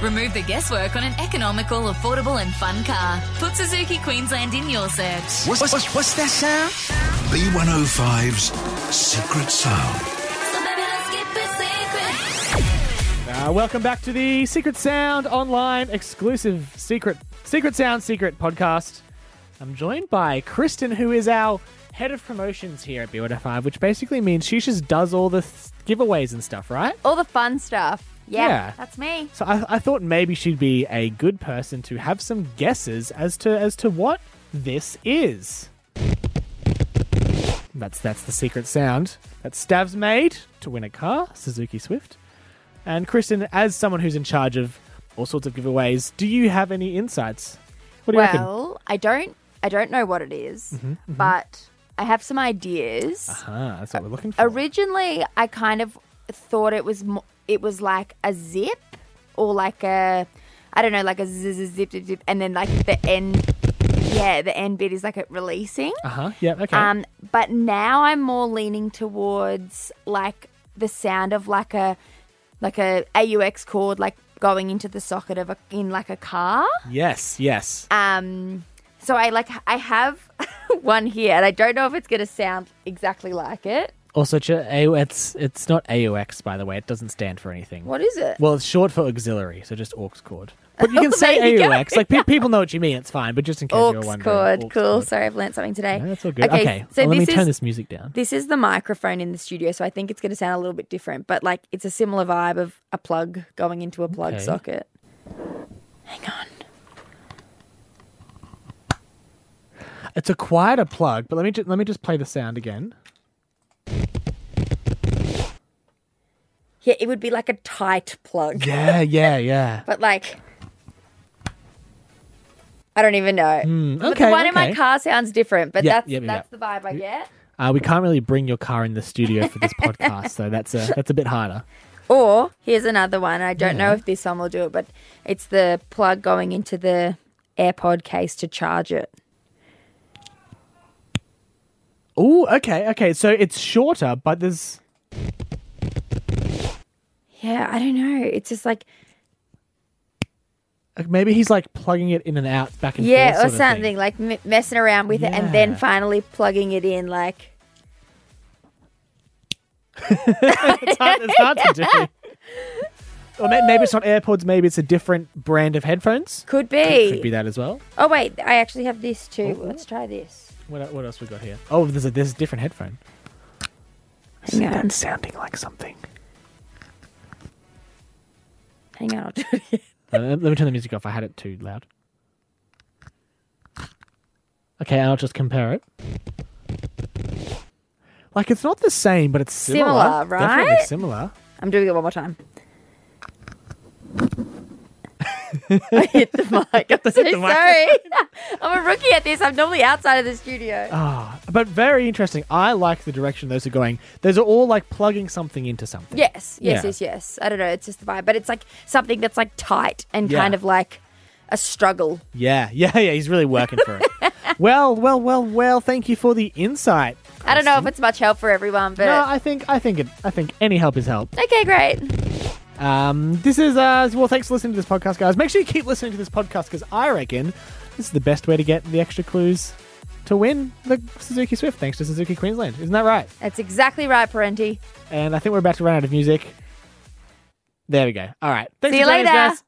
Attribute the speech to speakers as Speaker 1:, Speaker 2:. Speaker 1: Remove the guesswork on an economical, affordable, and fun car. Put Suzuki Queensland in your search.
Speaker 2: What's, what's, what's that sound?
Speaker 3: B105's Secret Sound.
Speaker 4: Uh, welcome back to the Secret Sound Online exclusive secret Secret Sound Secret podcast. I'm joined by Kristen, who is our head of promotions here at B105, which basically means she just does all the th- giveaways and stuff, right?
Speaker 5: All the fun stuff. Yeah,
Speaker 4: Yeah.
Speaker 5: that's me.
Speaker 4: So I, I thought maybe she'd be a good person to have some guesses as to as to what this is. That's that's the secret sound that Stav's made to win a car, Suzuki Swift. And Kristen, as someone who's in charge of all sorts of giveaways, do you have any insights? What do you reckon?
Speaker 5: Well, I don't I don't know what it is, but I have some ideas.
Speaker 4: Ah, that's what we're looking for.
Speaker 5: Originally, I kind of thought it was mo- it was like a zip or like a I don't know, like a z- z- zip zip zip and then like the end yeah, the end bit is like it releasing.
Speaker 4: uh huh. Yeah. Okay.
Speaker 5: Um, but now I'm more leaning towards like the sound of like a like a AUX cord like going into the socket of a in like a car.
Speaker 4: yes. Yes.
Speaker 5: Um, so I like I have one here, and I don't know if it's gonna sound exactly like it.
Speaker 4: Also, ch- A- it's it's not AUX by the way. It doesn't stand for anything.
Speaker 5: What is it?
Speaker 4: Well, it's short for auxiliary, so just aux cord. But you can
Speaker 5: Oh, There
Speaker 4: say
Speaker 5: you go.
Speaker 4: AUX. Like pe- people know what you mean. It's fine. But just in case you're
Speaker 5: Aux
Speaker 4: wondering,
Speaker 5: cord,
Speaker 4: aux
Speaker 5: cool. Sorry, I've learnt something today.
Speaker 4: No, that's all good. Okay,
Speaker 5: so
Speaker 4: well, let me
Speaker 5: this
Speaker 4: turn
Speaker 5: is
Speaker 4: this music down.
Speaker 5: this is the microphone in the studio, so I think it's gonna sound a little bit different, but like it's a similar vibe of a plug going into a plug
Speaker 4: Okay.
Speaker 5: socket. Hang on.
Speaker 4: It's a quieter plug, but let me ju- let me just play the sound again.
Speaker 5: Yeah, it would be like a tight plug,
Speaker 4: Yeah, yeah, yeah.
Speaker 5: but like. I don't even know. but
Speaker 4: Hmm. Mm, okay,
Speaker 5: the one in my
Speaker 4: okay.
Speaker 5: car sounds different, but
Speaker 4: Yeah,
Speaker 5: that's
Speaker 4: yeah, yeah.
Speaker 5: that's the vibe I get.
Speaker 4: Uh, we can't really bring your car in the studio for this podcast, so that's a that's a bit harder.
Speaker 5: Or here's another one. I don't know if this one will do it, but it's the plug going into the AirPod case to charge it.
Speaker 4: Oh, okay, okay. So it's shorter, but there's
Speaker 5: Yeah, I don't know. It's just like
Speaker 4: like, uh, maybe he's like plugging it in and out, back and forth,
Speaker 5: yeah, or
Speaker 4: sort of thing.
Speaker 5: something like m- messing around with it and then
Speaker 4: Yeah.
Speaker 5: finally plugging it in. Like
Speaker 4: it's, hard, it's hard to do. Or may- maybe it's not AirPods. Maybe it's a different brand of headphones. Could,
Speaker 5: could be.
Speaker 4: could be Oh. that as well.
Speaker 5: Oh wait, I actually have this too. Let's try this.
Speaker 4: What, e- what else we got here? Oh, there's a there's a different headphone.
Speaker 5: Hang on,
Speaker 4: sounding like something.
Speaker 5: hang on. I'll do it again.
Speaker 4: Uh, let me turn the music off. I had it too loud. Okay, I'll just compare it. Like it's not the same, but it's similar.
Speaker 5: Similar, right?
Speaker 4: Definitely similar.
Speaker 5: I'm doing it one more time. I hit the mic. I'm so
Speaker 4: the mic.
Speaker 5: sorry. I'm a rookie at this. I'm normally outside of the studio.
Speaker 4: Ah, but very interesting. I like the direction those are going. Those are all like plugging something into something.
Speaker 5: Yes, yes,
Speaker 4: Yeah.
Speaker 5: yes, yes. I don't know. It's just the vibe, but it's like something that's like tight and
Speaker 4: Yeah.
Speaker 5: kind of like a struggle.
Speaker 4: Yeah, yeah, yeah. He's really working for it. well, well, well, well. Thank you for the insight.
Speaker 5: I don't know if it's much help for everyone, but
Speaker 4: No, I think I think it. I think any help is help.
Speaker 5: okay, great.
Speaker 4: Um, this is uh. Well, thanks for listening to this podcast, guys. Make sure you keep listening to this podcast because I reckon this is the best way to get the extra clues to win the Suzuki Swift. Thanks to Suzuki Queensland, isn't that right?
Speaker 5: That's exactly right, Parenti.
Speaker 4: And I think we're about to run out of music. There we go. All right. Thanks
Speaker 5: See
Speaker 4: for
Speaker 5: you
Speaker 4: joining us,
Speaker 5: later.
Speaker 4: guys.